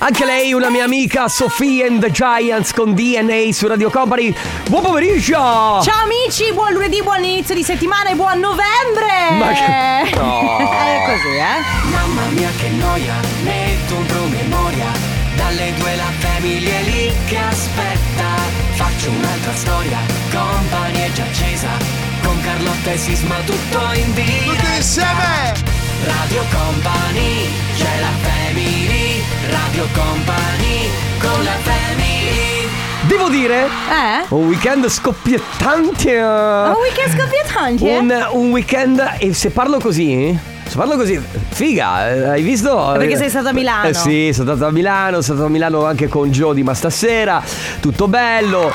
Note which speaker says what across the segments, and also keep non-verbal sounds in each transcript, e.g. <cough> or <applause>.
Speaker 1: Anche lei, una mia amica, Sofia and the Giants con DNA su Radio Company. Buon pomeriggio!
Speaker 2: Ciao amici, buon lunedì, buon inizio di settimana e buon novembre!
Speaker 1: Ma
Speaker 2: <laughs>
Speaker 1: che- No.
Speaker 2: È così, eh?
Speaker 3: Mamma mia che noia, metto un promemoria Dalle due la famiglia è lì che aspetta Faccio un'altra storia, compagnie è già accesa Con Carlotta e Sisma tutto in diretta Tutti insieme! Radio Company, c'è la family Radio Company, con la family
Speaker 1: Devo dire,
Speaker 2: Eh?
Speaker 1: un weekend scoppiettante. eh.
Speaker 2: Un weekend scoppiettante, eh?
Speaker 1: un, un weekend, e se parlo così, se parlo così, figa, eh, hai visto?
Speaker 2: Perché sei stato a Milano.
Speaker 1: Eh sì, sono stato a Milano, sono stato a Milano anche con Jody, ma stasera, tutto bello,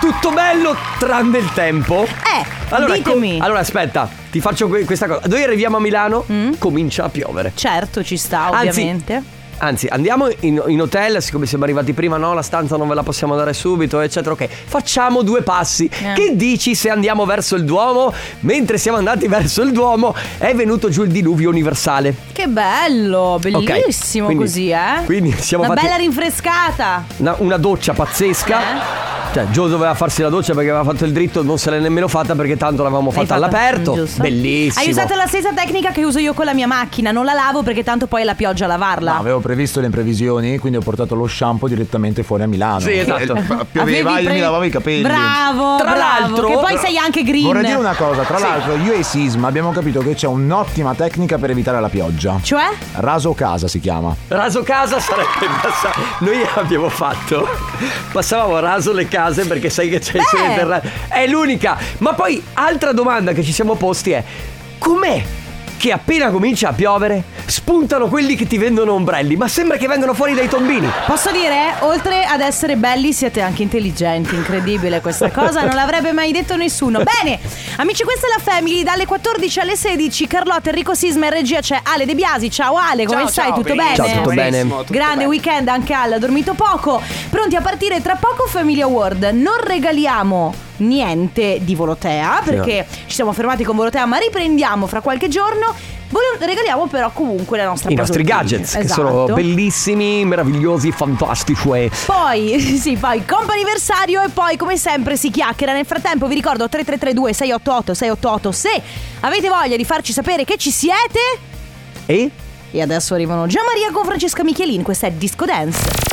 Speaker 1: tutto bello tranne il tempo.
Speaker 2: Eh, ditemi.
Speaker 1: allora aspetta, ti faccio que- questa cosa. Noi arriviamo a Milano,
Speaker 2: Mm.
Speaker 1: comincia a piovere.
Speaker 2: Certo, ci sta, ovviamente.
Speaker 1: Anzi, andiamo in, in hotel, siccome siamo arrivati prima, no, la stanza non ve la possiamo dare subito, eccetera. Ok, facciamo due passi.
Speaker 2: Eh.
Speaker 1: Che dici se andiamo verso il Duomo? Mentre siamo andati verso il Duomo è venuto giù il diluvio universale.
Speaker 2: Che bello,
Speaker 1: Ok,
Speaker 2: bellissimo
Speaker 1: quindi-
Speaker 2: così, eh?
Speaker 1: Quindi siamo
Speaker 2: Una
Speaker 1: fatti
Speaker 2: bella rinfrescata.
Speaker 1: una, una doccia
Speaker 2: Eh?
Speaker 1: pazzesca. Cioè, Gio doveva farsi la doccia perché aveva fatto il dritto, non se l'è nemmeno fatta perché tanto l'avevamo
Speaker 2: L'hai
Speaker 1: fatta,
Speaker 2: fatta?
Speaker 1: all'aperto.
Speaker 2: Mm, giusto.
Speaker 1: Bellissimo.
Speaker 2: Hai usato la stessa tecnica che uso io con la mia macchina, non la lavo perché tanto poi è la pioggia a lavarla.
Speaker 4: Avevo previsto le imprevisioni, quindi ho portato lo shampoo direttamente fuori a Milano.
Speaker 1: Sì, esatto.
Speaker 4: Eh,
Speaker 2: Avevi
Speaker 4: Pioveva, io
Speaker 2: pre-
Speaker 4: mi lavavo i capelli.
Speaker 2: Bravo,
Speaker 1: Tra
Speaker 2: bravo,
Speaker 1: l'altro-
Speaker 2: che poi sei anche green.
Speaker 4: Vorrei dire una cosa, tra l'altro io e Sisma abbiamo capito che c'è un'ottima tecnica per evitare la pioggia.
Speaker 2: Cioè?
Speaker 4: Raso casa si chiama.
Speaker 1: Raso casa
Speaker 2: <laughs>
Speaker 1: sarebbe passato. Noi abbiamo fatto. Passavamo raso le case perché sai che c'è il sole
Speaker 2: Beh.
Speaker 1: interrato. È l'unica. Ma poi, altra domanda che ci siamo posti è: com'è che appena comincia a piovere spuntano quelli che ti vendono ombrelli? Ma sembra che vengano fuori dai tombini.
Speaker 2: Posso dire, oltre ad essere belli, siete anche intelligenti, incredibile questa cosa, non l'avrebbe mai detto nessuno. Bene, amici, questa è la Family, dalle 14 alle 16, Carlotta, Enrico Sisma e regia c'è Ale De Biasi, ciao Ale, come
Speaker 5: Ciao,
Speaker 2: stai?
Speaker 5: ciao,
Speaker 2: tutto bene?
Speaker 5: benissimo,
Speaker 1: Ciao, tutto bene.
Speaker 5: benissimo, tutto
Speaker 2: Grande
Speaker 5: bene.
Speaker 2: weekend anche Ale, ha dormito poco. Pronti a partire tra poco Family Award, non regaliamo... Niente di Volotea perché ci siamo fermati con Volotea, ma riprendiamo fra qualche giorno. Vole- regaliamo però comunque la nostra
Speaker 1: I nostri
Speaker 2: pasolini.
Speaker 1: gadgets che
Speaker 2: Esatto.
Speaker 1: sono bellissimi, meravigliosi, fantastici. eh.
Speaker 2: Poi, <laughs> sì, poi comp'anniversario e poi come sempre si chiacchiera. Nel frattempo vi ricordo 3332 688 688 se avete voglia di farci sapere che ci siete.
Speaker 1: E?
Speaker 2: E adesso arrivano Gian Maria con Francesca Michelin, questa è Disco Dance.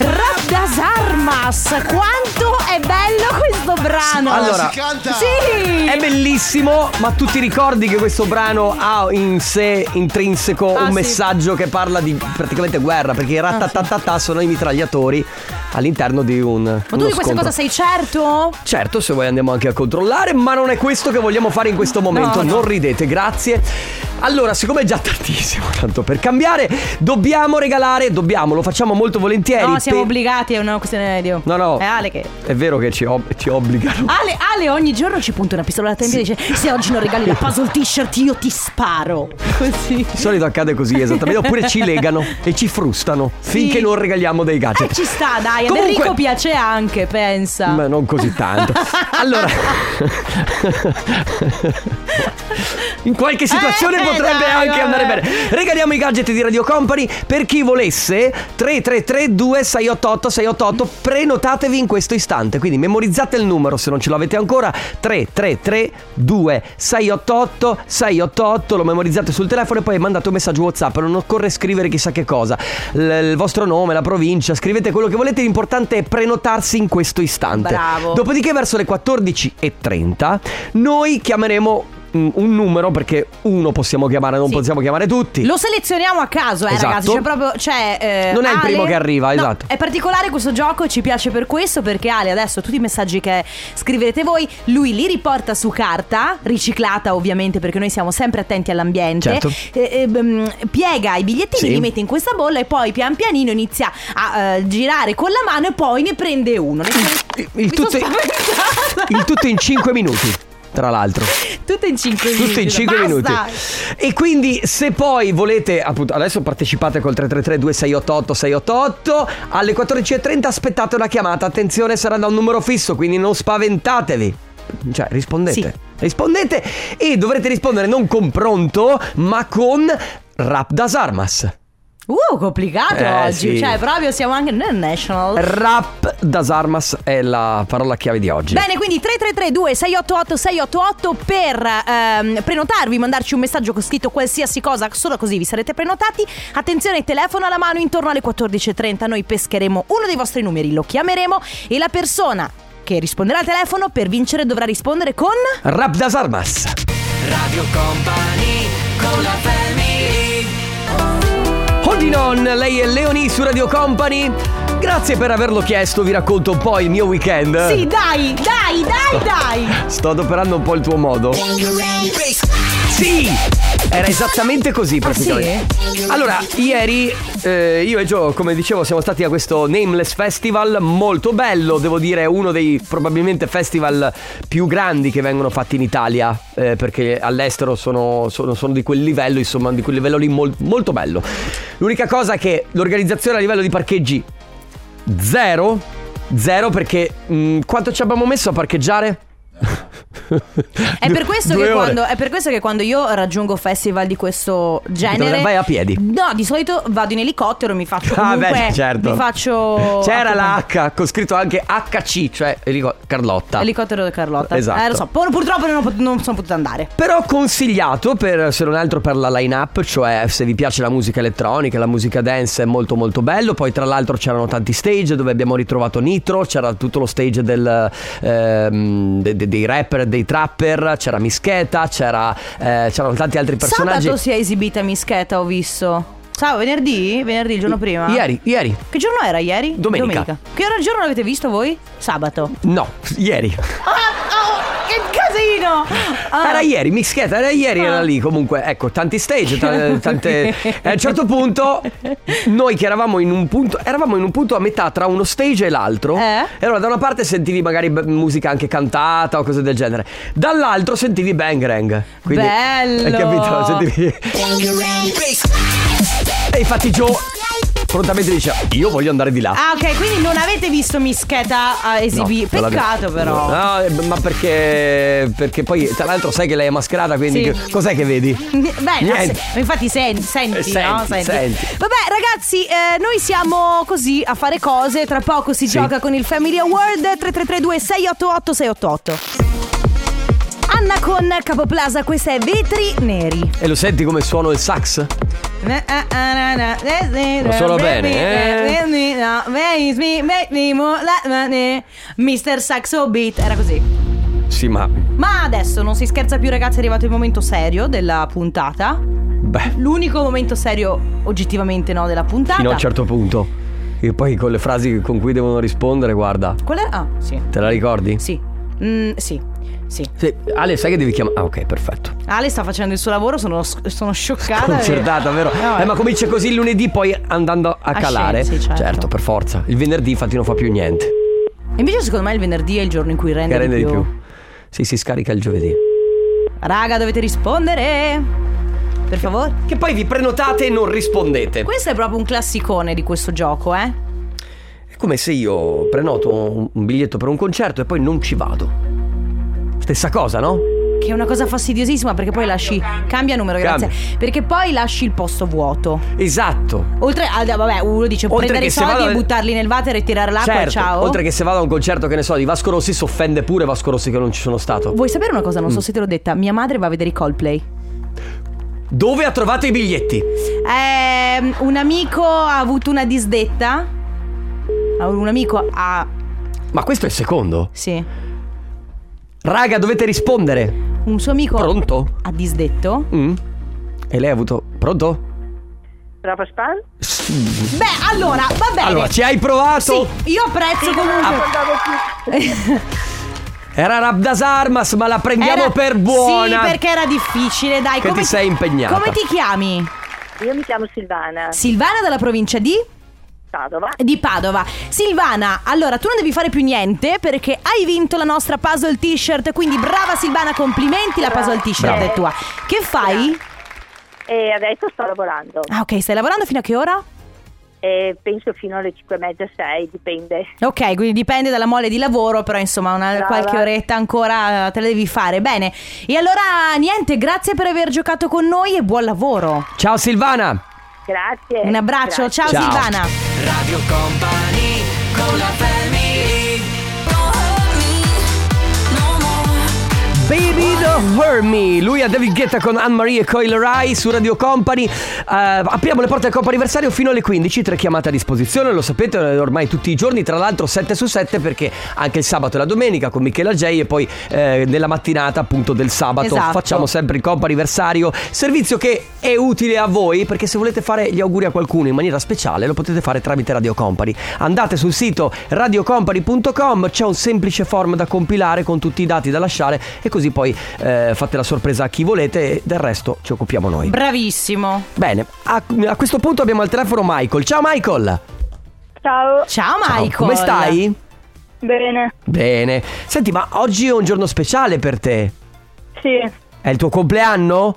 Speaker 2: Rabdas Armas, quanto è bello questo brano!
Speaker 1: Allora,
Speaker 2: si canta! Sì!
Speaker 1: È bellissimo, ma tu ti ricordi che questo brano ha in sé intrinseco
Speaker 2: Ah,
Speaker 1: un
Speaker 2: sì. Ah,
Speaker 1: messaggio che parla di praticamente guerra, perché i ratatatata sono i mitragliatori all'interno di un
Speaker 2: Ma tu di questa cosa sei certo?
Speaker 1: Certo, se vuoi andiamo anche a controllare, ma non è questo che vogliamo fare in questo momento.
Speaker 2: No, no.
Speaker 1: Non ridete, grazie. Allora, siccome è già tardissimo, <laughs> tanto per cambiare, dobbiamo regalare, dobbiamo, lo facciamo molto volentieri.
Speaker 2: No, siamo
Speaker 1: per-
Speaker 2: obbligati, è una questione di...
Speaker 1: No, no.
Speaker 2: È Ale che...
Speaker 1: È vero che ci, ob- ci obbligano.
Speaker 2: Ale, Ale ogni giorno ci punta una pistola alla tempia e dice Se oggi non regali la puzzle t-shirt io ti sparo Così
Speaker 1: Di solito accade così, esattamente. Oppure ci legano e ci frustano finché non regaliamo dei gadget.
Speaker 2: Eh, ci sta, dai, ad
Speaker 1: Comunque-
Speaker 2: Enrico piace anche, pensa
Speaker 1: Ma non così tanto.
Speaker 2: <laughs>
Speaker 1: Allora, in qualche situazione
Speaker 2: Eh,
Speaker 1: potrebbe
Speaker 2: dai,
Speaker 1: anche andare
Speaker 2: vabbè.
Speaker 1: bene. Regaliamo i gadget di Radio Company per chi volesse 333 2688 688 prenotatevi in questo istante, quindi memorizzate il numero se non ce l'avete ancora 333 2688 688 lo memorizzate sul telefono e poi mandate un messaggio WhatsApp, non occorre scrivere chissà che cosa. L- il vostro nome, la provincia, scrivete quello che volete, l'importante è prenotarsi in questo istante.
Speaker 2: Bravo.
Speaker 1: Dopodiché verso le 14:30 noi chiameremo mm, un numero perché uno possiamo chiamare, non
Speaker 2: Sì.
Speaker 1: possiamo chiamare tutti.
Speaker 2: Lo selezioniamo a caso, eh,
Speaker 1: Esatto.
Speaker 2: ragazzi. C'è proprio. Cioè, eh,
Speaker 1: Non è il
Speaker 2: Ale-
Speaker 1: primo che arriva,
Speaker 2: No,
Speaker 1: esatto.
Speaker 2: È particolare questo gioco, ci piace per questo, perché Ale adesso tutti i messaggi che scriverete voi, lui li riporta su carta, riciclata ovviamente, perché noi siamo sempre attenti all'ambiente.
Speaker 1: Certo.
Speaker 2: Eh, eh, bhm, piega i bigliettini,
Speaker 1: Sì.
Speaker 2: li mette in questa bolla e poi pian pianino inizia a eh, girare con la mano e poi ne prende uno. Ne-
Speaker 1: <laughs>
Speaker 2: Mi
Speaker 1: il,
Speaker 2: sono
Speaker 1: tutto in, <laughs>
Speaker 2: spaventata.
Speaker 1: il tutto in 5 minuti, tra l'altro.
Speaker 2: Tutto in 5 minuti.
Speaker 1: Tutto in 5 minuti.
Speaker 2: Basta.
Speaker 1: E quindi se poi volete, appunto, adesso partecipate col 333 2688 688, alle 14.30 aspettate una chiamata, attenzione sarà da un numero fisso, quindi non spaventatevi. Cioè, rispondete.
Speaker 2: Sì,
Speaker 1: Rispondete e dovrete rispondere non con pronto, ma con Rap das Armas.
Speaker 2: Uh, complicato
Speaker 1: Eh,
Speaker 2: oggi.
Speaker 1: sì.
Speaker 2: Cioè, proprio siamo anche nel national.
Speaker 1: Rap das Armas è la parola chiave di oggi.
Speaker 2: Bene, quindi 3332 688 688 per ehm, prenotarvi, mandarci un messaggio con scritto qualsiasi cosa, solo così vi sarete prenotati. Attenzione, telefono alla mano intorno alle 14.30, noi pescheremo uno dei vostri numeri, lo chiameremo e la persona che risponderà al telefono per vincere dovrà rispondere con...
Speaker 1: Rap das Armas.
Speaker 3: Radio Company con la family
Speaker 1: Holding on, lei è Leonie su Radio Company. Grazie per averlo chiesto, vi racconto un po' il mio weekend.
Speaker 2: Sì, dai, dai, dai, dai!
Speaker 1: Sto adoperando un po' il tuo modo. Sì! Era esattamente così praticamente. Allora, ieri eh, io e Gio, come dicevo, siamo stati a questo Nameless Festival molto bello, devo dire uno dei probabilmente festival più grandi che vengono fatti in Italia, eh, perché all'estero sono, sono- sono di quel livello, insomma, di quel livello lì mol- molto bello. L'unica cosa è che l'organizzazione a livello di parcheggi zero, zero perché mh, quanto ci abbiamo messo a parcheggiare? <laughs>
Speaker 2: È per, questo
Speaker 1: Due
Speaker 2: che
Speaker 1: ore.
Speaker 2: quando, è per questo che quando io raggiungo festival di questo genere
Speaker 1: Vai a piedi.
Speaker 2: No, di solito vado in elicottero Mi faccio
Speaker 1: Ah,
Speaker 2: comunque
Speaker 1: beh, certo.
Speaker 2: Mi faccio
Speaker 1: C'era la H con scritto anche HC, cioè Enrico- Carlotta.
Speaker 2: Elicottero di Carlotta.
Speaker 1: Esatto.
Speaker 2: Eh, lo so. Pur- purtroppo non, ho pot- non sono potuta andare.
Speaker 1: Però consigliato per, se non altro per la line up, cioè se vi piace la musica elettronica, la musica dance è molto molto bello, poi tra l'altro c'erano tanti stage dove abbiamo ritrovato Nitro, c'era tutto lo stage del, ehm, de- de- dei rapper, dei trapper, c'era Mischeta, c'era, eh, c'erano tanti altri personaggi.
Speaker 2: Sabato si è esibita Mischeta, ho visto. Sabato, venerdì? Venerdì, il giorno prima?
Speaker 1: Ieri, ieri.
Speaker 2: Che giorno era ieri?
Speaker 1: Domenica.
Speaker 2: Che ora giorno l'avete visto voi? Sabato.
Speaker 1: No, ieri.
Speaker 2: Ah, oh, che casino! Ah.
Speaker 1: Era ieri, Mischeta era ieri, era
Speaker 2: Ah.
Speaker 1: lì. Comunque, ecco, tanti stage,
Speaker 2: <laughs>
Speaker 1: ta- tante. e a un certo punto, noi che eravamo in un punto, eravamo in un punto a metà tra uno stage e l'altro.
Speaker 2: Eh?
Speaker 1: E allora, da una parte sentivi magari b- musica anche cantata o cose del genere, dall'altro sentivi bangrang. Quindi,
Speaker 2: Bello!
Speaker 1: Hai capito? Sentivi. e infatti, Joe prontamente dice: Io voglio andare di là.
Speaker 2: Ah, ok, quindi non avete visto Mischeta eh,
Speaker 1: No,
Speaker 2: esibire.
Speaker 1: non l'abbiamo-
Speaker 2: Peccato, però.
Speaker 1: No, eh, ma perché? Perché poi, tra l'altro, sai che lei è mascherata, quindi
Speaker 2: Sì.
Speaker 1: che- cos'è che vedi?
Speaker 2: Beh,
Speaker 1: Niente.
Speaker 2: se- infatti sen- senti,
Speaker 1: Eh, senti,
Speaker 2: no?
Speaker 1: senti.
Speaker 2: Vabbè, ragazzi, eh, noi siamo così a fare cose. Tra poco si gioca con il Family Award 3332 688 688. Anna con Capoplaza, questa è Vetri Neri.
Speaker 1: E lo senti come suono il sax?
Speaker 2: Lo
Speaker 1: suono bene, eh?
Speaker 2: Mr. Saxo Beat, era così.
Speaker 1: Sì, ma.
Speaker 2: Ma adesso non si scherza più, ragazzi, è arrivato il momento serio della puntata.
Speaker 1: Beh,
Speaker 2: L'unico momento serio, oggettivamente no, della puntata.
Speaker 1: fino a un certo punto. E poi con le frasi con cui devono rispondere, guarda,
Speaker 2: Qual era? Ah, sì.
Speaker 1: te la ricordi?
Speaker 2: Sì. Mm, sì. Sì.
Speaker 1: Sì. Ale, sai che devi chiamare. Ah, ok, perfetto.
Speaker 2: Ale sta facendo il suo lavoro, sono, sono scioccata.
Speaker 1: Concertata, vero?
Speaker 2: No,
Speaker 1: eh, Ah, ma comincia così il lunedì, poi andando a, calare.
Speaker 2: scenzi, certo.
Speaker 1: per forza. Il venerdì, infatti, non fa più niente.
Speaker 2: Invece, secondo me, il venerdì è il giorno in cui rende,
Speaker 1: Che rende di più. Sì, si scarica il giovedì.
Speaker 2: Raga, dovete rispondere. Per favore.
Speaker 1: Che poi vi prenotate e non rispondete.
Speaker 2: Questo è proprio un classicone di questo gioco, eh?
Speaker 1: È come se io prenoto un- un biglietto per un concerto e poi non ci vado. Stessa cosa, no?
Speaker 2: Che è una cosa fastidiosissima perché poi lasci. Cambia, numero, grazie. Perché poi lasci il posto vuoto.
Speaker 1: Esatto.
Speaker 2: Oltre a, vabbè, uno dice
Speaker 1: Oltre
Speaker 2: prendere
Speaker 1: che
Speaker 2: i
Speaker 1: se
Speaker 2: soldi
Speaker 1: vado
Speaker 2: e
Speaker 1: a-
Speaker 2: buttarli nel water e tirare l'acqua
Speaker 1: certo,
Speaker 2: e ciao.
Speaker 1: oltre che se vado a un concerto che ne so di Vasco Rossi si offende pure Vasco Rossi che non ci sono stato.
Speaker 2: Vuoi sapere una cosa? Non
Speaker 1: Mm.
Speaker 2: so se te l'ho detta. Mia madre va a vedere i Coldplay.
Speaker 1: Dove ha trovato i biglietti?
Speaker 2: Ehm, un amico ha avuto una disdetta. Ah, Un amico ha.
Speaker 1: Ma questo è il secondo.
Speaker 2: Sì.
Speaker 1: Raga, dovete rispondere.
Speaker 2: Un suo amico
Speaker 1: Pronto?
Speaker 2: ha disdetto.
Speaker 1: Mm? E lei ha avuto Pronto?
Speaker 2: Beh, allora, va bene.
Speaker 1: Allora, ci hai provato?
Speaker 2: sì, io apprezzo comunque.
Speaker 5: Ah.
Speaker 1: Era Rabdas Armas, ma la prendiamo
Speaker 2: Era-
Speaker 1: per buona.
Speaker 2: Sì, perché era difficile, dai.
Speaker 1: Che
Speaker 2: come
Speaker 1: ti sei impegnata.
Speaker 2: Come ti chiami?
Speaker 5: Io mi chiamo Silvana
Speaker 2: Silvana dalla provincia di?
Speaker 5: Padova.
Speaker 2: di Padova. Silvana, allora tu non devi fare più niente perché hai vinto la nostra puzzle t-shirt, quindi brava Silvana, complimenti, la puzzle t-shirt
Speaker 1: Brava.
Speaker 2: è tua. Che fai?
Speaker 5: E adesso sto lavorando.
Speaker 2: Ah ok, stai lavorando fino a che ora?
Speaker 5: eh, penso fino alle 5 e mezza, 6, dipende.
Speaker 2: Ok, quindi dipende dalla mole di lavoro, però insomma una
Speaker 5: Brava.
Speaker 2: qualche oretta ancora eh, te la devi fare. Bene, e allora niente, grazie per aver giocato con noi e buon lavoro.
Speaker 1: Ciao Silvana!
Speaker 5: Grazie.
Speaker 2: Un abbraccio,
Speaker 5: Eh, Grazie.
Speaker 2: ciao,
Speaker 1: Ciao.
Speaker 2: Silvana.
Speaker 3: Radio Company con la family
Speaker 1: Baby Don't Hurt Me, lui a David Guetta con Anne-Marie e Coil Rai su Radio Company. Eh, apriamo le porte del Coppa Anniversario fino alle 15, tre chiamate a disposizione, lo sapete eh, ormai tutti i giorni, tra l'altro 7 su 7 perché anche il sabato e la domenica con Michela J e poi eh, nella mattinata appunto del sabato
Speaker 2: Esatto.
Speaker 1: facciamo sempre il Coppa Anniversario, servizio che è utile a voi perché se volete fare gli auguri a qualcuno in maniera speciale lo potete fare tramite Radio Company. Andate sul sito radiocompany.com, c'è un semplice form da compilare con tutti i dati da lasciare e così poi eh, fate la sorpresa a chi volete e del resto ci occupiamo noi.
Speaker 2: Bravissimo.
Speaker 1: Bene, a, a questo punto abbiamo al telefono Michael. Ciao Michael!
Speaker 5: Ciao.
Speaker 2: Ciao
Speaker 1: Ciao,
Speaker 2: Michael.
Speaker 1: come stai?
Speaker 5: Bene.
Speaker 1: Bene. Senti, ma oggi è un giorno speciale per te.
Speaker 5: Sì.
Speaker 1: È il tuo compleanno?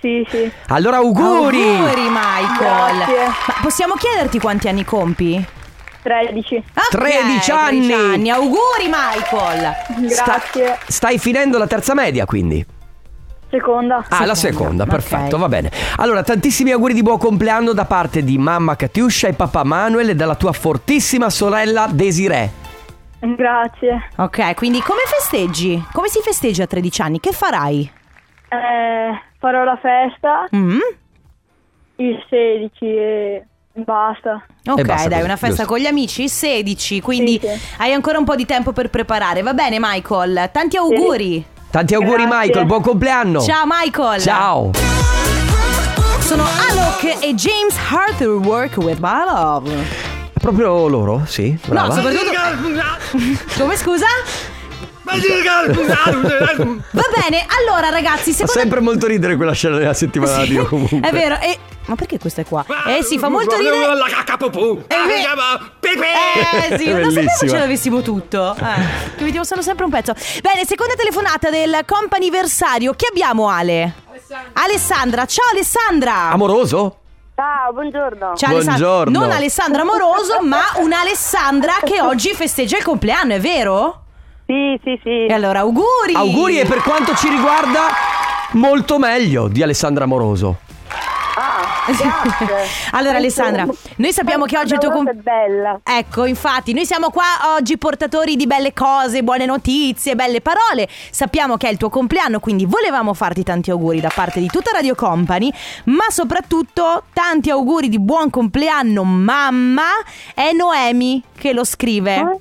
Speaker 5: Sì, sì.
Speaker 1: Allora
Speaker 2: Auguri Michael.
Speaker 5: Grazie.
Speaker 2: Ma possiamo chiederti quanti anni compi?
Speaker 5: 13.
Speaker 2: Ok,
Speaker 1: 13 anni.
Speaker 2: Auguri Michael.
Speaker 1: Sta- stai finendo la terza media, quindi.
Speaker 5: Seconda.
Speaker 1: Ah, la
Speaker 2: Seconda,
Speaker 1: seconda,
Speaker 2: ok.
Speaker 1: perfetto, va bene. Allora, tantissimi auguri di buon compleanno da parte di mamma Katiuscia e papà Manuel e dalla tua fortissima sorella Desiree.
Speaker 5: Grazie.
Speaker 2: Ok, quindi come festeggi? Come si festeggia a 13 anni? Che farai?
Speaker 5: Eh, farò la festa
Speaker 2: Mm?
Speaker 5: il 16 e basta.
Speaker 2: Ok,
Speaker 1: E basta
Speaker 2: dai,
Speaker 1: così,
Speaker 2: una festa
Speaker 1: giusto.
Speaker 2: con gli amici, 16, quindi
Speaker 5: Sì, sì.
Speaker 2: hai ancora un po' di tempo per preparare. Va bene Michael, tanti auguri.
Speaker 1: Tanti auguri
Speaker 5: Grazie.
Speaker 1: Michael, buon compleanno.
Speaker 2: Ciao Michael.
Speaker 1: Oh. Ciao.
Speaker 2: Sono Alok e James Arthur Work with My Love.
Speaker 1: Proprio loro, sì.
Speaker 2: No,
Speaker 1: Brava.
Speaker 2: soprattutto... Come scusa? Va bene, allora ragazzi,
Speaker 1: Fa
Speaker 2: secondo
Speaker 1: sempre molto ridere quella scena della settimana
Speaker 2: Sì,
Speaker 1: radio comunque.
Speaker 2: <laughs> È vero, e... Ma perché questa è qua? Eh sì, fa molto ridere...
Speaker 6: La cacapopù.
Speaker 3: Ah,
Speaker 2: È vero. Eh sì, non sapevo
Speaker 1: Bellissima.
Speaker 2: ce l'avessimo tutto. Eh, che vediamo solo sempre un pezzo. Bene, seconda telefonata del comp'anniversario. Chi abbiamo Ale? Alessandra. ciao Alessandra.
Speaker 1: Amoroso?
Speaker 5: Ciao, buongiorno.
Speaker 2: Ciao Alessandra.
Speaker 1: Buongiorno.
Speaker 2: Non Alessandra Amoroso, ma un'Alessandra che oggi festeggia il compleanno, è vero?
Speaker 5: Sì, sì, sì.
Speaker 2: E allora auguri.
Speaker 1: Auguri e per quanto ci riguarda molto meglio di Alessandra Amoroso.
Speaker 5: Ah, grazie.
Speaker 2: <laughs> Allora Alessandra, noi sappiamo che oggi è il tuo
Speaker 5: Una
Speaker 2: compleanno.
Speaker 5: volta è bella.
Speaker 2: Ecco, infatti, noi siamo qua oggi portatori di belle cose, buone notizie, belle parole. Sappiamo che è il tuo compleanno, quindi volevamo farti tanti auguri da parte di tutta Radio Company, ma soprattutto tanti auguri di buon compleanno, mamma. È Noemi che lo
Speaker 5: Ah.
Speaker 2: scrive.
Speaker 5: <laughs>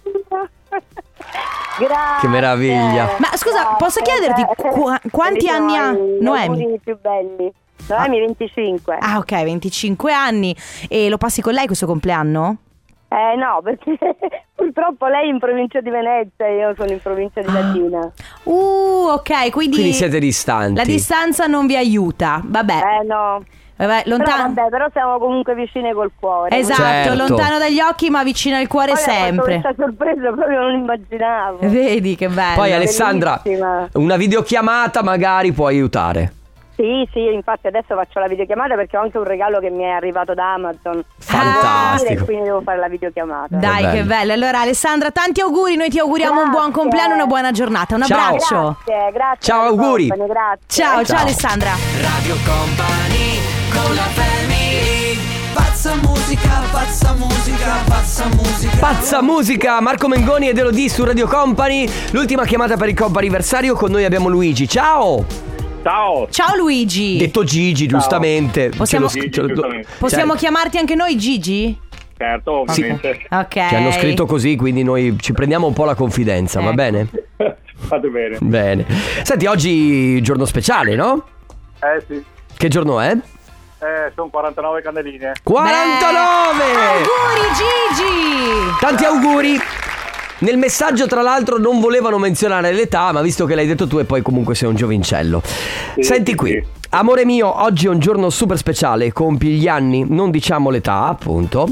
Speaker 5: Grazie.
Speaker 1: Che meraviglia.
Speaker 2: Ma scusa,
Speaker 5: Grazie.
Speaker 2: posso chiederti qua- quanti
Speaker 5: <laughs> Quelli
Speaker 2: anni
Speaker 5: sono
Speaker 2: ha
Speaker 5: i- gli
Speaker 2: Noemi?
Speaker 5: auguri più belli. Noemi 25.
Speaker 2: Ah, ok, 25 anni. E lo passi con lei questo compleanno?
Speaker 5: Eh no, perché <laughs> purtroppo lei è in provincia di Venezia e io sono in provincia
Speaker 2: Ah.
Speaker 5: di Latina.
Speaker 2: Uh, ok, quindi.
Speaker 1: Quindi siete distanti.
Speaker 2: La distanza non vi aiuta. Vabbè.
Speaker 5: Eh no.
Speaker 2: Vabbè,
Speaker 5: Però,
Speaker 2: lontano.
Speaker 5: vabbè, però siamo comunque vicine col cuore.
Speaker 2: Esatto,
Speaker 1: Certo.
Speaker 2: lontano dagli occhi ma vicino al cuore
Speaker 5: Poi ha fatto
Speaker 2: sempre.
Speaker 5: Questa sorpresa proprio non immaginavo.
Speaker 2: <laughs> Vedi che bello.
Speaker 1: Poi Alessandra,
Speaker 5: Bellissima.
Speaker 1: una videochiamata magari può aiutare.
Speaker 5: Sì, sì, infatti adesso faccio la videochiamata perché ho anche un regalo che mi è arrivato da Amazon.
Speaker 1: Fantastico.
Speaker 3: Ah,
Speaker 5: E quindi devo fare la videochiamata.
Speaker 2: Dai,
Speaker 1: Che
Speaker 2: che
Speaker 1: bello.
Speaker 2: bello. Allora, Alessandra, tanti auguri. Noi ti auguriamo un
Speaker 5: Grazie.
Speaker 2: buon compleanno e una buona giornata. Un
Speaker 1: Ciao.
Speaker 2: abbraccio.
Speaker 5: Grazie, grazie.
Speaker 1: Ciao,
Speaker 5: alle
Speaker 1: auguri.
Speaker 5: compagnie, Grazie.
Speaker 2: Ciao, ciao,
Speaker 1: Ciao.
Speaker 2: Alessandra.
Speaker 3: Radio Company con la family Pazza musica, pazza musica, pazza musica
Speaker 1: Pazza musica, Marco Mengoni ed Elodie su Radio Company. L'ultima chiamata per il Coppa anniversario. Con noi abbiamo Luigi. Ciao!
Speaker 7: Ciao,
Speaker 2: Ciao Luigi.
Speaker 1: Detto Gigi, giustamente.
Speaker 2: Possiamo-
Speaker 1: Ce
Speaker 7: Gigi,
Speaker 1: ce
Speaker 7: giustamente.
Speaker 2: Possiamo
Speaker 1: Cioè,
Speaker 2: chiamarti anche noi Gigi?
Speaker 7: certo, ovviamente. <laughs>
Speaker 2: Ok.
Speaker 1: Ci hanno scritto così, quindi noi ci prendiamo un po' la confidenza, va
Speaker 3: Eh.
Speaker 2: Ecco.
Speaker 1: bene?
Speaker 7: Fate bene.
Speaker 1: Bene. Senti, oggi giorno speciale, no?
Speaker 7: Eh sì,
Speaker 1: Che giorno è?
Speaker 7: eh, sono 49 candeline.
Speaker 1: 49!
Speaker 2: Beh, Auguri Gigi.
Speaker 1: Tanti auguri! Nel messaggio, tra l'altro, non volevano menzionare l'età, ma visto che l'hai detto tu e poi comunque sei un giovincello. Senti
Speaker 7: sì,
Speaker 1: qui.
Speaker 7: sì.
Speaker 1: Amore mio, oggi è un giorno super speciale, compi gli anni, non diciamo l'età, appunto.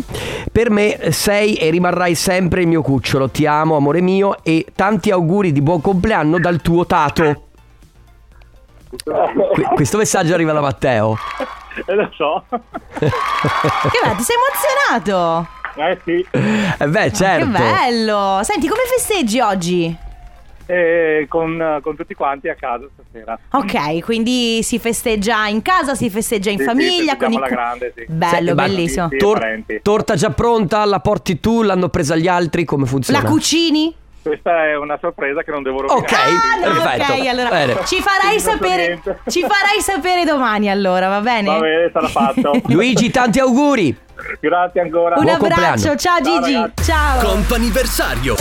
Speaker 1: Per me sei e rimarrai sempre il mio cucciolo. Ti amo, amore mio, e tanti auguri di buon compleanno dal
Speaker 2: <laughs>
Speaker 1: tuo Tato. Que- questo messaggio arriva da Matteo.
Speaker 7: E Eh, lo so.
Speaker 2: Che bello, ti sei emozionato.
Speaker 7: Eh sì.
Speaker 1: Eh beh, certo.
Speaker 2: Che bello. Senti, come festeggi oggi?
Speaker 7: E con, con tutti quanti a casa stasera.
Speaker 2: Ah. Ok, quindi si festeggia in casa, si festeggia in
Speaker 7: Sì, sì,
Speaker 2: famiglia. con i
Speaker 7: festeggiamo alla
Speaker 2: cu-
Speaker 7: grande, sì.
Speaker 2: Bello,
Speaker 1: Sì, ma-
Speaker 2: bellissimo.
Speaker 7: Sì,
Speaker 1: Tor-
Speaker 7: parenti.
Speaker 1: torta già pronta, la porti tu, l'hanno presa gli altri, come funziona?
Speaker 2: La cucini?
Speaker 7: Questa è una sorpresa che non devo rovinare.
Speaker 1: Ok,
Speaker 2: Ah, no,
Speaker 1: perfetto.
Speaker 2: ok, allora
Speaker 1: Bene.
Speaker 2: ci farai
Speaker 7: Non so
Speaker 2: sapere
Speaker 7: niente.
Speaker 2: ci farai sapere domani allora, va bene?
Speaker 7: Va bene,
Speaker 2: <laughs>
Speaker 7: sarà fatto.
Speaker 1: Luigi, tanti auguri.
Speaker 7: Grazie ancora.
Speaker 2: Un
Speaker 1: Buon
Speaker 2: abbraccio,
Speaker 1: compleanno.
Speaker 2: ciao
Speaker 7: Ciao,
Speaker 2: Gigi,
Speaker 7: ragazzi.
Speaker 2: ciao.
Speaker 6: Comp'anniversario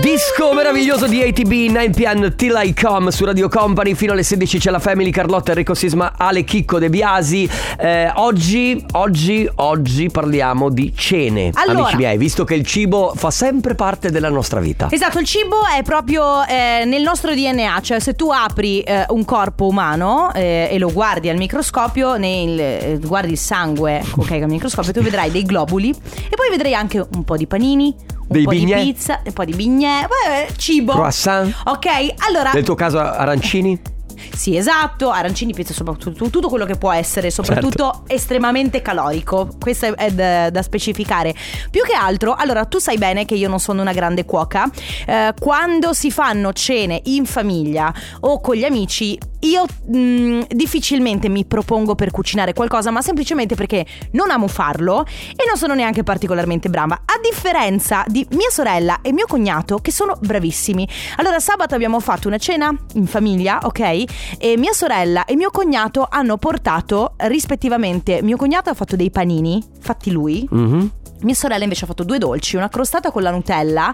Speaker 1: Disco meraviglioso di ATB 9pm Till I Come su Radio Company fino alle 16 c'è la Family Carlotta Enrico Sisma Ale Chicco De Biasi Eh, oggi oggi oggi parliamo di cene
Speaker 2: Allora.
Speaker 1: amici miei visto che il cibo fa sempre parte della nostra vita
Speaker 2: Esatto, il cibo è proprio eh, nel nostro DNA, cioè se tu apri eh, un corpo umano eh, e lo guardi al microscopio, nel, eh, guardi il sangue, ok, al microscopio, tu vedrai dei globuli e poi vedrai anche un po' di panini, un
Speaker 1: Dei
Speaker 2: po'
Speaker 1: bignè.
Speaker 2: di pizza, un po' di bignè, eh, cibo.
Speaker 1: croissant
Speaker 2: Ok, allora
Speaker 1: nel tuo caso arancini
Speaker 2: Sì, esatto, arancini, pizza, soprattutto tutto quello che può essere, soprattutto estremamente calorico. Questo è- è da, da specificare. Più che altro, allora tu sai bene che io non sono una grande cuoca. Eh, quando si fanno cene in famiglia o con gli amici, io mh, difficilmente mi propongo per cucinare qualcosa, ma semplicemente perché non amo farlo e non sono neanche particolarmente brava. A differenza di mia sorella e mio cognato, che sono bravissimi. Allora, sabato abbiamo fatto una cena in famiglia, ok? E mia sorella e mio cognato hanno portato rispettivamente. Mio cognato ha fatto dei panini, fatti lui.
Speaker 1: Mhm.
Speaker 2: Mia sorella invece ha fatto due dolci, una crostata con la Nutella,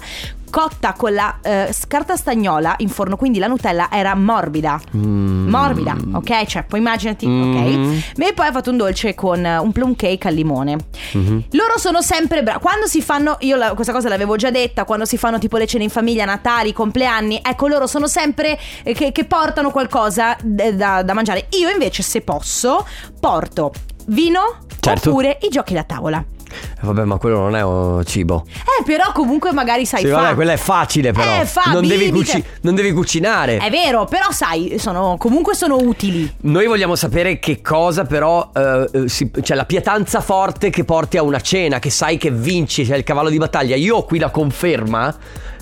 Speaker 2: cotta con la eh, scarta stagnola in forno, quindi la Nutella era morbida.
Speaker 1: Mm.
Speaker 2: Morbida, ok? Cioè, poi immaginati, ok?
Speaker 1: Mm.
Speaker 2: E poi ha fatto un dolce con eh, un plum cake al limone.
Speaker 1: Mhm.
Speaker 2: Loro sono sempre bravi. Quando si fanno, io la- questa cosa l'avevo già detta, quando si fanno tipo le cene in famiglia, Natali, compleanni, ecco loro sono sempre eh, che, che portano qualcosa d- da, da mangiare. Io invece, se posso, porto vino
Speaker 1: Certo.
Speaker 2: oppure i giochi da tavola.
Speaker 1: Eh, vabbè ma quello non è oh, cibo
Speaker 2: Eh, però comunque magari sai
Speaker 1: Sì,
Speaker 2: fa-
Speaker 1: vabbè, quella è facile però
Speaker 2: Eh, fa,
Speaker 1: non, devi
Speaker 2: bibite. Eh.
Speaker 1: non devi cucinare
Speaker 2: È vero, però sai, sono, comunque sono utili.
Speaker 1: Noi vogliamo sapere che cosa però, eh, eh, si- cioè la pietanza forte che porti a una cena, che sai che vinci, cioè il cavallo di battaglia. Io ho qui la conferma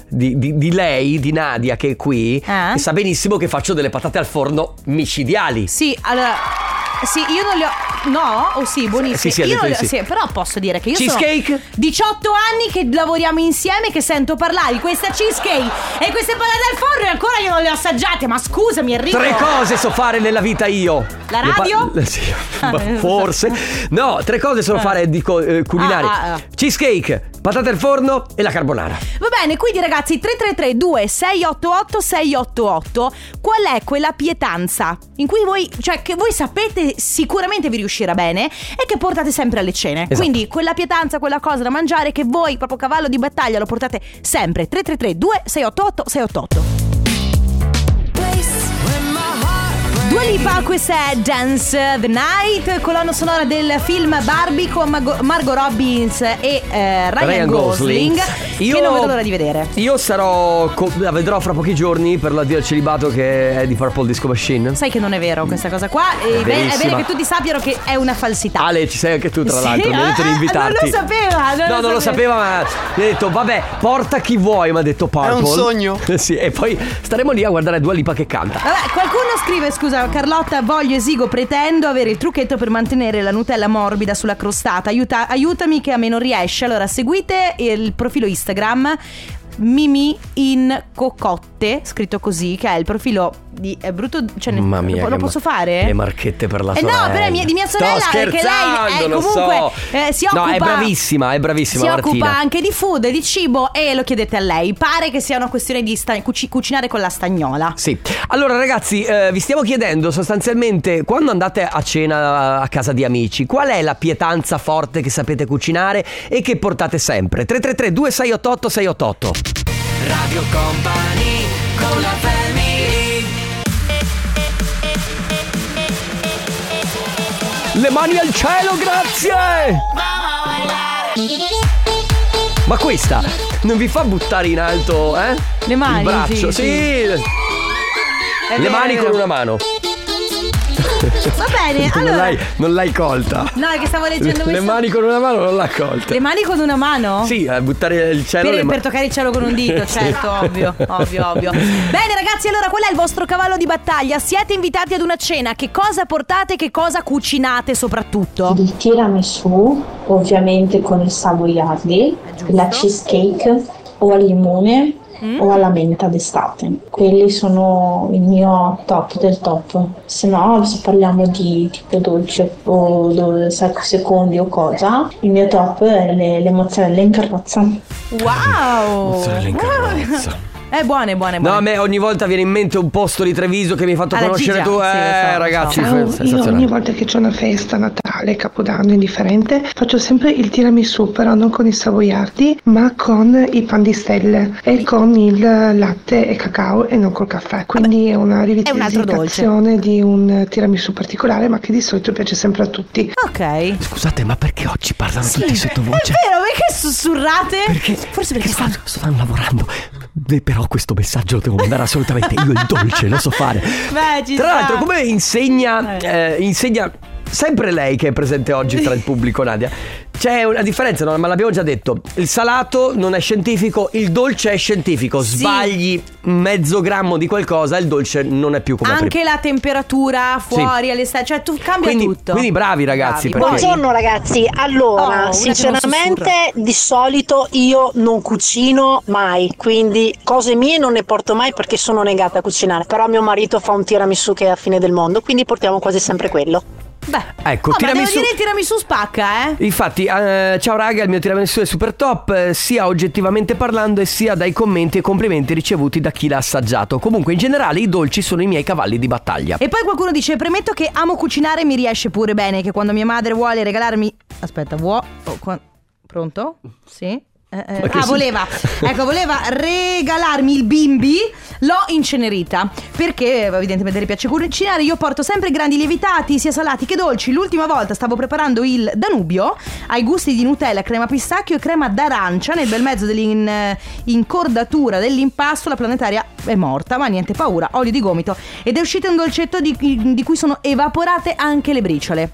Speaker 1: di, di- di lei, di Nadia che è qui,
Speaker 2: Ah.
Speaker 1: che sa benissimo che faccio delle patate al forno micidiali.
Speaker 2: Sì, allora. Sì, io non le ho. No? Oh sì, buonissimi.
Speaker 1: Sì, sì, ha
Speaker 2: io
Speaker 1: detto
Speaker 2: non le-
Speaker 1: di sì.
Speaker 2: però posso dire che io sono
Speaker 1: Cheesecake?
Speaker 2: 18 anni che lavoriamo insieme, che sento parlare di questa cheesecake e queste patate al forno e ancora io non le ho assaggiate. Ma scusami, Enrico.
Speaker 1: Tre cose so fare nella vita io.
Speaker 2: La
Speaker 1: Le
Speaker 2: radio?
Speaker 1: <laughs> sì,
Speaker 2: <laughs> Ah,
Speaker 1: ma
Speaker 2: eh,
Speaker 1: forse. No, tre cose so fare di co- eh, culinari.
Speaker 2: Ah, ah, ah.
Speaker 1: Cheesecake, patate al forno e la carbonara.
Speaker 2: Va bene, quindi ragazzi 333 2688 688 Qual è quella pietanza in cui voi, cioè che voi sapete sicuramente vi riuscirà bene e che portate sempre alle cene
Speaker 1: Esatto.
Speaker 2: Quindi quella pietanza, quella cosa da mangiare che voi proprio cavallo di battaglia lo portate sempre 333 2688 688 Dua Lipa, questa è Dance the Night, colonna sonora del film Barbie con Mago- Margot Robbins e eh, Ryan, Gosling,
Speaker 1: Io-
Speaker 2: che non vedo l'ora di vedere.
Speaker 1: Io sarò. co- la vedrò fra pochi giorni per l'addio al celibato che è di Purple Disco Machine.
Speaker 2: Sai che non è vero questa cosa qua, e be- è
Speaker 1: verissima.
Speaker 2: bene che tutti sappiano che è una falsità.
Speaker 1: Ale, ci sei anche tu, tra
Speaker 2: Sì,
Speaker 1: l'altro. Mi
Speaker 2: ah,
Speaker 1: ha detto di
Speaker 2: ah,
Speaker 1: invitarti.
Speaker 2: non lo sapeva, non
Speaker 1: no,
Speaker 2: lo
Speaker 1: non lo sapeva,
Speaker 2: sapeva.
Speaker 1: ma mi ha detto, vabbè, porta chi vuoi. Mi ha detto Purple.
Speaker 6: un sogno.
Speaker 1: <laughs> sì, e poi staremo lì a guardare Dua Lipa che canta.
Speaker 2: Vabbè, qualcuno scrive, scusa Carlotta, voglio, esigo, pretendo avere il trucchetto per mantenere la Nutella morbida sulla crostata. Aiuta- aiutami che a me non riesce. Allora, seguite il profilo Instagram Mimi in Cocotte, scritto così, che è il profilo di... È brutto... Cioè, ne-
Speaker 1: Mamma mia,
Speaker 2: lo,
Speaker 1: che
Speaker 2: lo
Speaker 1: ma-
Speaker 2: posso fare?
Speaker 1: le marchette per la
Speaker 2: eh
Speaker 1: sorella.
Speaker 2: No, però è mia- di mia
Speaker 1: Sto
Speaker 2: sorella, perché lei è
Speaker 1: scherzando, lo
Speaker 2: comunque...
Speaker 1: so.
Speaker 2: eh, si
Speaker 1: No,
Speaker 2: occupa...
Speaker 1: è bravissima, è bravissima
Speaker 2: Si
Speaker 1: Martina.
Speaker 2: occupa anche di food, di cibo e lo chiedete a lei. Pare che sia una questione di sta- cuci- cucinare con la stagnola.
Speaker 1: Sì, allora ragazzi, eh, vi stiamo chiedendo sostanzialmente quando andate a cena a casa di amici, qual è la pietanza forte che sapete cucinare e che portate sempre? 333 2688 688.
Speaker 3: Radio Company con la family
Speaker 1: Le mani al cielo, grazie! Ma questa non vi fa buttare in alto, eh?
Speaker 2: Le mani,
Speaker 1: Il braccio,
Speaker 2: sì,
Speaker 1: sì. Le mani con una mano.
Speaker 2: Va bene,
Speaker 1: Non,
Speaker 2: allora.
Speaker 1: l'hai, non l'hai colta.
Speaker 2: No, è che stavo leggendo
Speaker 1: Le
Speaker 2: questo-
Speaker 1: mani con una mano non l'ha colta.
Speaker 2: Le mani con una mano?
Speaker 1: Sì, a buttare il cielo
Speaker 2: Per,
Speaker 1: le mani.
Speaker 2: per toccare il cielo con un
Speaker 1: <laughs>
Speaker 2: dito,
Speaker 1: Sì.
Speaker 2: certo, ovvio, ovvio, ovvio. Bene ragazzi, allora qual è il vostro cavallo di battaglia? Siete invitati ad una cena, che cosa portate, che cosa cucinate soprattutto?
Speaker 6: Il tiramisù, ovviamente con il savoiardi,
Speaker 2: Giusto.
Speaker 6: la cheesecake o al limone
Speaker 2: Mm?
Speaker 6: o alla menta d'estate. Quelli sono il mio top del top. Se no, se parliamo di tipo dolce o do- sec- secondi o cosa, il mio top è le, le mozzarella in carrozza.
Speaker 2: Wow!
Speaker 1: Mozzarella in carrozza.
Speaker 2: È buone, buone, buone.
Speaker 1: Oh, No, a me ogni volta viene in mente un posto di Treviso che mi hai fatto
Speaker 2: Alla
Speaker 1: conoscere
Speaker 2: Gigia,
Speaker 1: tu.
Speaker 2: sì, lo so,
Speaker 1: eh,
Speaker 2: lo so.
Speaker 1: ragazzi,
Speaker 8: Ciao,
Speaker 1: fe-
Speaker 8: io ogni
Speaker 1: sensazionale.
Speaker 8: volta che c'è una festa, Natale, Capodanno, indifferente, faccio sempre il tiramisù, però non con i savoiardi, ma con i pan di stelle e con il latte e cacao e non col caffè. Quindi è una
Speaker 2: un altro dolce.
Speaker 8: rivisitazione di un tiramisù particolare, ma che di solito piace sempre a tutti.
Speaker 2: Ok.
Speaker 1: Scusate, ma perché oggi parlano
Speaker 2: Sì.
Speaker 1: tutti
Speaker 2: È
Speaker 1: sottovoce?
Speaker 2: vero, perché sussurrate?
Speaker 1: Perché?
Speaker 2: Forse perché stanno...
Speaker 1: stanno, stanno lavorando. Eh, Però questo messaggio lo devo mandare assolutamente. Io il dolce lo so fare.
Speaker 2: Beh, ci
Speaker 1: Tra
Speaker 2: sta.
Speaker 1: l'altro, come insegna, eh, insegna sempre lei che è presente oggi tra il pubblico, Nadia. C'è una differenza, no? ma l'abbiamo già detto. Il salato non è scientifico, il dolce è scientifico.
Speaker 2: Sì.
Speaker 1: Sbagli mezzo grammo di qualcosa, il dolce non è più come prima.
Speaker 2: Anche la temperatura fuori all'estate, cioè tu cambia
Speaker 1: Quindi-
Speaker 2: tutto.
Speaker 1: quindi bravi, ragazzi,
Speaker 2: Bravi.
Speaker 1: perché-
Speaker 2: Poi-
Speaker 9: Buongiorno ragazzi,
Speaker 2: Oh, una che
Speaker 9: allora
Speaker 2: non sussurra.
Speaker 9: sinceramente di solito io non cucino mai, quindi cose mie non ne porto mai perché sono negata a cucinare, però mio marito fa un tiramisù che è a fine del mondo, quindi portiamo quasi sempre quello.
Speaker 2: Beh,
Speaker 1: Ecco,
Speaker 2: oh, ma
Speaker 1: tiramisù-
Speaker 2: devo dire il tiramisù spacca, eh?
Speaker 1: Infatti, eh, ciao raga, il mio tiramisù è super top, eh, sia oggettivamente parlando e sia dai commenti e complimenti ricevuti da chi l'ha assaggiato. Comunque, in generale, i dolci sono i miei cavalli di battaglia.
Speaker 2: E poi qualcuno dice: Premetto che amo cucinare e mi riesce pure bene. Che quando mia madre vuole regalarmi. Aspetta, vuo. oh, qua- Pronto? Sì. Eh, eh,
Speaker 1: Ma che
Speaker 2: Ah,
Speaker 1: sì. <laughs>
Speaker 2: voleva. Ecco, voleva regalarmi il bimbi. L'ho incenerita. Perché eh, evidentemente le piace cucinare. Io porto sempre grandi lievitati, sia salati che dolci. L'ultima volta stavo preparando il Danubio ai gusti di Nutella, crema pistacchio e crema d'arancia. Nel bel mezzo dell'incordatura dell'impasto, la planetaria è morta, ma niente paura, olio di gomito. Ed è uscito un dolcetto di, di cui sono evaporate anche le briciole.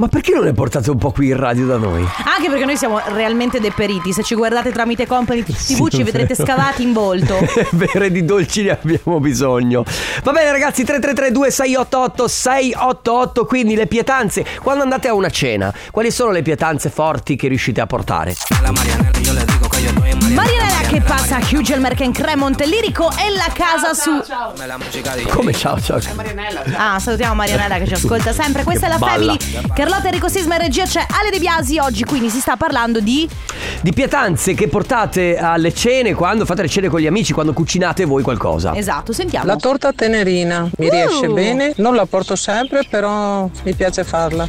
Speaker 1: Ma perché non le portate un po' qui in radio da noi?
Speaker 2: Anche perché noi siamo realmente deperiti. Se ci guardate tramite Company TV, ci vedrete scavati
Speaker 1: <laughs>
Speaker 2: in volto.
Speaker 1: Vere di dolci ne abbiamo bisogno. Va bene, ragazzi, 3332 688 688, quindi le pietanze. Quando andate a una cena, quali sono le pietanze forti che riuscite a portare?
Speaker 2: Marianella che passa a Hugelmerk and Cremont Lirico e la casa su.
Speaker 1: Come ciao, ciao.
Speaker 2: Ah, salutiamo Marianella che ci ascolta sempre. Questa è la
Speaker 1: Balla.
Speaker 2: Family. Carlotta Enrico Sisma in regia c'è Ale De Biasi oggi, quindi si sta parlando di
Speaker 1: Di pietanze che portate alle cene quando fate le cene con gli amici, quando cucinate voi qualcosa.
Speaker 2: Esatto, sentiamo.
Speaker 10: La torta tenerina mi
Speaker 2: Uh.
Speaker 10: riesce bene, non la porto sempre, però mi piace farla.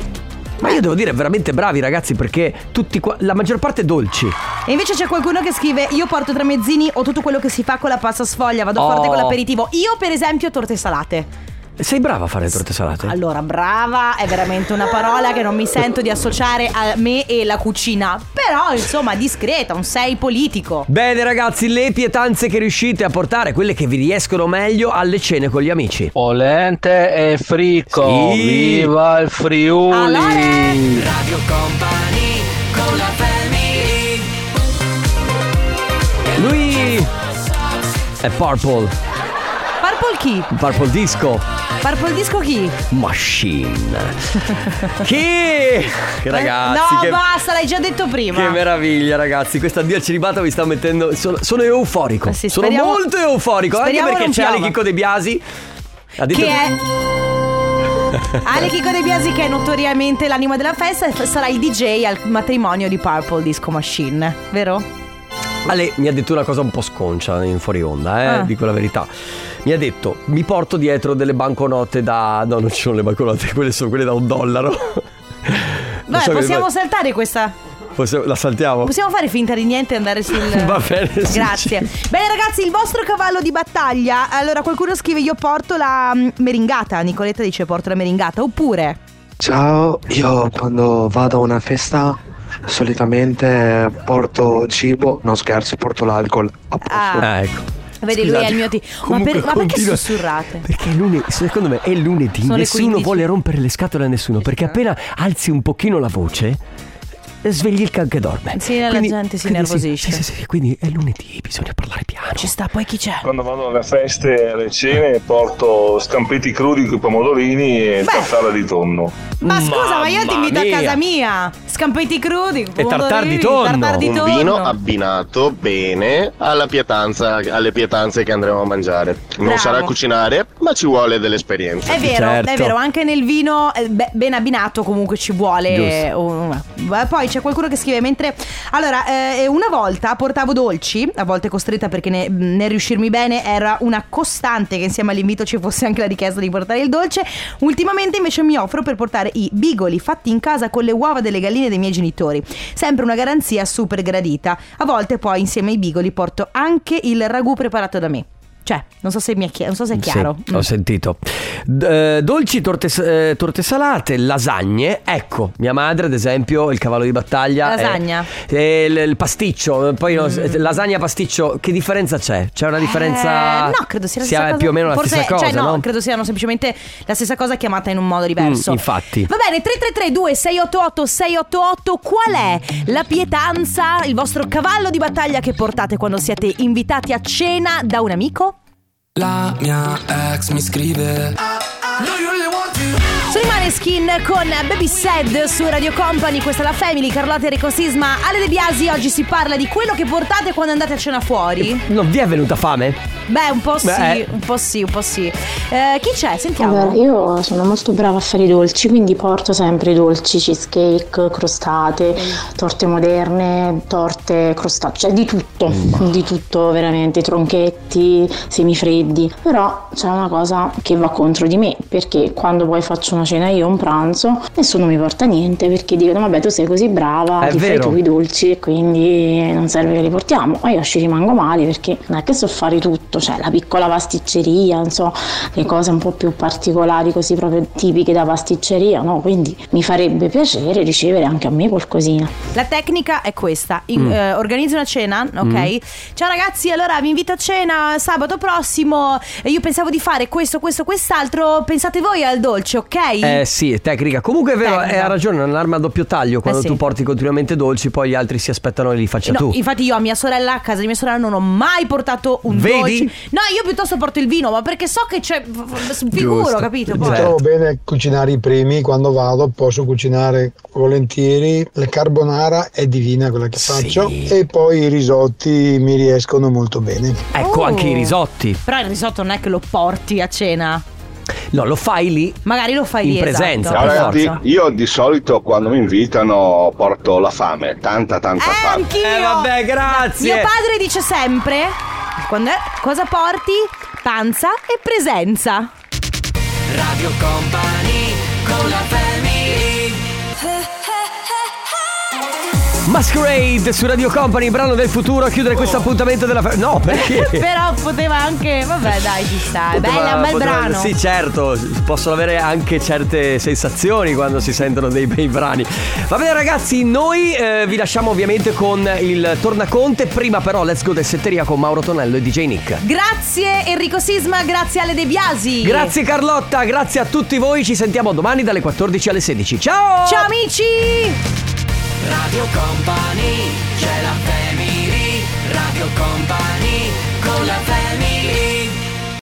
Speaker 1: Ma io devo dire veramente bravi ragazzi perché tutti qua, la maggior parte dolci.
Speaker 2: E invece c'è qualcuno che scrive: Io porto tre mezzini o tutto quello che si fa con la pasta sfoglia, vado
Speaker 1: Oh.
Speaker 2: forte con l'aperitivo. Io, per esempio, torte salate.
Speaker 1: Sei brava a fare le torte salate?
Speaker 2: Allora, brava, è veramente una parola che non mi sento di associare a me e la cucina. Però, insomma, discreta, un sei politico.
Speaker 1: Bene ragazzi, le pietanze che riuscite a portare, quelle che vi riescono meglio alle cene con gli amici.
Speaker 3: Oh.
Speaker 11: Polente e frico,
Speaker 1: Sì.
Speaker 11: viva il
Speaker 2: Allora! eh,
Speaker 11: Friuli!
Speaker 3: Radio Company con la family
Speaker 1: Lui è Purple,
Speaker 2: Purple chi?
Speaker 1: Purple Disco
Speaker 2: Purple disco chi?
Speaker 1: Machine.
Speaker 2: <laughs>
Speaker 1: che che ragazzi,
Speaker 2: Eh, no,
Speaker 1: che
Speaker 2: basta, l'hai già detto prima.
Speaker 1: Che meraviglia ragazzi, questa Dia Ciribata mi sta mettendo... Sono, sono euforico,
Speaker 2: Eh sì,
Speaker 1: sono
Speaker 2: speriamo-
Speaker 1: molto euforico, anche
Speaker 2: speriamo
Speaker 1: perché
Speaker 2: non
Speaker 1: c'è
Speaker 2: piova.
Speaker 1: Ale Chicco De Biasi. Ha detto-
Speaker 2: che è Ale Chico De Biasi che è notoriamente l'anima della festa e f- sarà il DJ al matrimonio di Purple Disco Machine, vero?
Speaker 1: Ale mi ha detto una cosa un po' sconcia in fuori onda, eh,
Speaker 2: Ah.
Speaker 1: dico la verità. Mi ha detto, mi porto dietro delle banconote da... No, non ci sono le banconote, <laughs> quelle sono quelle da un dollaro. Non
Speaker 2: Beh,
Speaker 1: so che- Oh.
Speaker 2: possiamo saltare questa.
Speaker 1: possiamo- La saltiamo?
Speaker 2: Possiamo fare finta di niente e andare sul.
Speaker 1: <laughs> Va bene, sì,
Speaker 2: Grazie.
Speaker 1: sì.
Speaker 2: Bene, ragazzi, il vostro cavallo di battaglia. Allora, qualcuno scrive: Io porto la mm, meringata. Nicoletta dice: Porto la meringata. Oppure.
Speaker 11: Ciao, io quando vado a una festa solitamente porto cibo, non scherzo, porto l'alcol.
Speaker 2: Ah.
Speaker 1: Ah, ecco.
Speaker 2: Vedi, lui è il mio tipo. Ma,
Speaker 1: Comunque
Speaker 2: per- ma perché
Speaker 1: continua-
Speaker 2: sussurrate?
Speaker 1: Perché è lunedì, secondo me è lunedì,
Speaker 2: Sono le eh.
Speaker 1: nessuno
Speaker 2: 15.
Speaker 1: vuole rompere le scatole a nessuno, perché appena alzi un pochino la voce, svegli il can che dorme.
Speaker 2: Sì, la
Speaker 1: Quindi-
Speaker 2: gente si
Speaker 1: quindi sì,
Speaker 2: nervosisce.
Speaker 1: sì, sì, sì, quindi è lunedì, bisogna parlare piano. Ci
Speaker 2: sta, poi chi c'è?
Speaker 12: Quando vado alle feste, alle cene, porto scampiti crudi con i pomodorini e tartare di tonno.
Speaker 2: Ma scusa, ma io ti invito a casa mia. Scampetti crudi. pomodorini, tartar di
Speaker 13: Un
Speaker 2: tonno.
Speaker 13: vino abbinato bene alla pietanza, alle pietanze che andremo a mangiare. Non
Speaker 2: Bravo.
Speaker 13: sarà cucinare, ma ci vuole dell'esperienza.
Speaker 2: È vero, è vero, anche nel vino eh, be- ben abbinato comunque ci vuole.
Speaker 13: Giusto.
Speaker 2: un- Beh, Poi c'è qualcuno che scrive mentre... Allora, eh, una volta portavo dolci, a volte costretta perché ne- nel riuscirmi bene era una costante che insieme all'invito ci fosse anche la richiesta di portare il dolce. Ultimamente invece mi offro per portare i bigoli fatti in casa con le uova delle galline dei miei genitori. Sempre una garanzia super gradita. A volte poi insieme ai bigoli porto anche il ragù preparato da me. Cioè, non so se, mi è, chi- non so se è chiaro.
Speaker 1: Sì, ho sentito. D- eh, dolci, torte, s- eh, torte salate, lasagne. Ecco, mia madre, ad esempio, il cavallo di battaglia. è-
Speaker 2: Lasagna. Mm.
Speaker 1: è il, il pasticcio. eh, Poi no, s- lasagna, pasticcio. Che differenza c'è? C'è una differenza.
Speaker 2: Eh, no, credo sia la
Speaker 1: sia
Speaker 2: stessa cosa.
Speaker 1: più o meno la
Speaker 2: Forse-
Speaker 1: stessa cosa.
Speaker 2: Cioè, no,
Speaker 1: no?
Speaker 2: credo siano semplicemente la stessa cosa chiamata in un modo diverso.
Speaker 1: Mm, infatti.
Speaker 2: Va bene, 3332 688 688 qual è la pietanza, il vostro cavallo di battaglia che portate quando siete invitati a cena da un amico?
Speaker 3: La mia ex mi scrive
Speaker 2: Sono i Maneskin con Baby Sad su Radio Company, questa è la Family, Carlotta Enrico Sisma, Ale De Biasi, oggi si parla di quello che portate quando andate a cena fuori?
Speaker 1: Non vi è venuta fame?
Speaker 2: Beh, un po' sì,
Speaker 1: Beh. eh.
Speaker 2: un po' sì, un po' sì. Eh, chi c'è? Sentiamo.
Speaker 6: Allora, io sono molto brava a fare i dolci, quindi porto sempre i dolci, cheesecake, crostate, torte moderne, torte crostate, cioè di tutto, di tutto veramente, tronchetti, semifreddi. Però c'è una cosa che va contro di me, perché quando poi faccio una cena io, un pranzo, nessuno mi porta niente, perché dicono vabbè tu sei così brava,
Speaker 14: È
Speaker 6: ti fai
Speaker 14: vero.
Speaker 6: tu i dolci e quindi non serve che li portiamo. Ma io ci rimango male perché non è che so fare tutto, cioè la piccola pasticceria, non so, le cose un po' più particolari, così proprio tipiche da pasticceria, no? Quindi mi farebbe piacere ricevere anche a me qualcosina.
Speaker 2: La tecnica è questa: In-
Speaker 6: Mm.
Speaker 2: eh, organizzi una cena, ok?
Speaker 6: Mm.
Speaker 2: Ciao ragazzi, allora vi invito a cena sabato prossimo. Eh, Io pensavo di fare questo, questo, quest'altro. Pensate voi al dolce, ok?
Speaker 1: Eh sì, è tecnica. Comunque è vero, eh, ha ragione, è un'arma a doppio taglio. Quando
Speaker 2: Eh, sì.
Speaker 1: tu porti continuamente dolci, poi gli altri si aspettano e li faccia
Speaker 2: No,
Speaker 1: tu.
Speaker 2: infatti io a mia sorella, a casa di mia sorella, non ho mai portato un
Speaker 1: Vedi?
Speaker 2: dolce. No, io piuttosto porto il vino, ma perché so che c'è. f- f- Figuro, capito?
Speaker 1: Certo.
Speaker 2: Poi.
Speaker 15: Mi trovo bene a cucinare i primi, quando vado posso cucinare volentieri, la carbonara è divina quella che faccio e poi i risotti mi riescono molto bene.
Speaker 1: Ecco
Speaker 2: Oh.
Speaker 1: anche i risotti.
Speaker 2: Però il risotto non è che lo porti a cena.
Speaker 1: No, lo fai lì.
Speaker 2: Magari lo fai
Speaker 1: In
Speaker 2: lì.
Speaker 1: presenza,
Speaker 2: esatto.
Speaker 16: Ciao ragazzi, io di solito quando mi invitano porto la fame, tanta tanta fame.
Speaker 2: Anch'io.
Speaker 1: Eh, vabbè, grazie.
Speaker 2: Mio padre dice sempre: quando è- cosa porti? Panza e presenza.
Speaker 3: Radio Company con la family.
Speaker 1: Masquerade su Radio Company, brano del futuro, a chiudere questo
Speaker 2: Oh.
Speaker 1: appuntamento della... fa- No, perché?
Speaker 2: Però poteva anche. Vabbè, dai, ci sta. <laughs> È
Speaker 1: Poteva-
Speaker 2: bella, un bel
Speaker 1: poteva-
Speaker 2: brano.
Speaker 1: Sì, certo, possono avere anche certe sensazioni quando si sentono dei bei brani. Va bene ragazzi, noi eh, vi lasciamo ovviamente con il tornaconte, prima però let's go del setteria con Mauro Tonello e DJ Nick.
Speaker 2: Grazie Enrico Sisma, grazie Ale De Biasi.
Speaker 1: Grazie Carlotta, grazie a tutti voi, ci sentiamo domani dalle 14 alle 16. Ciao!
Speaker 2: Ciao amici!
Speaker 3: Radio Company, c'è la family. Radio Company con la family.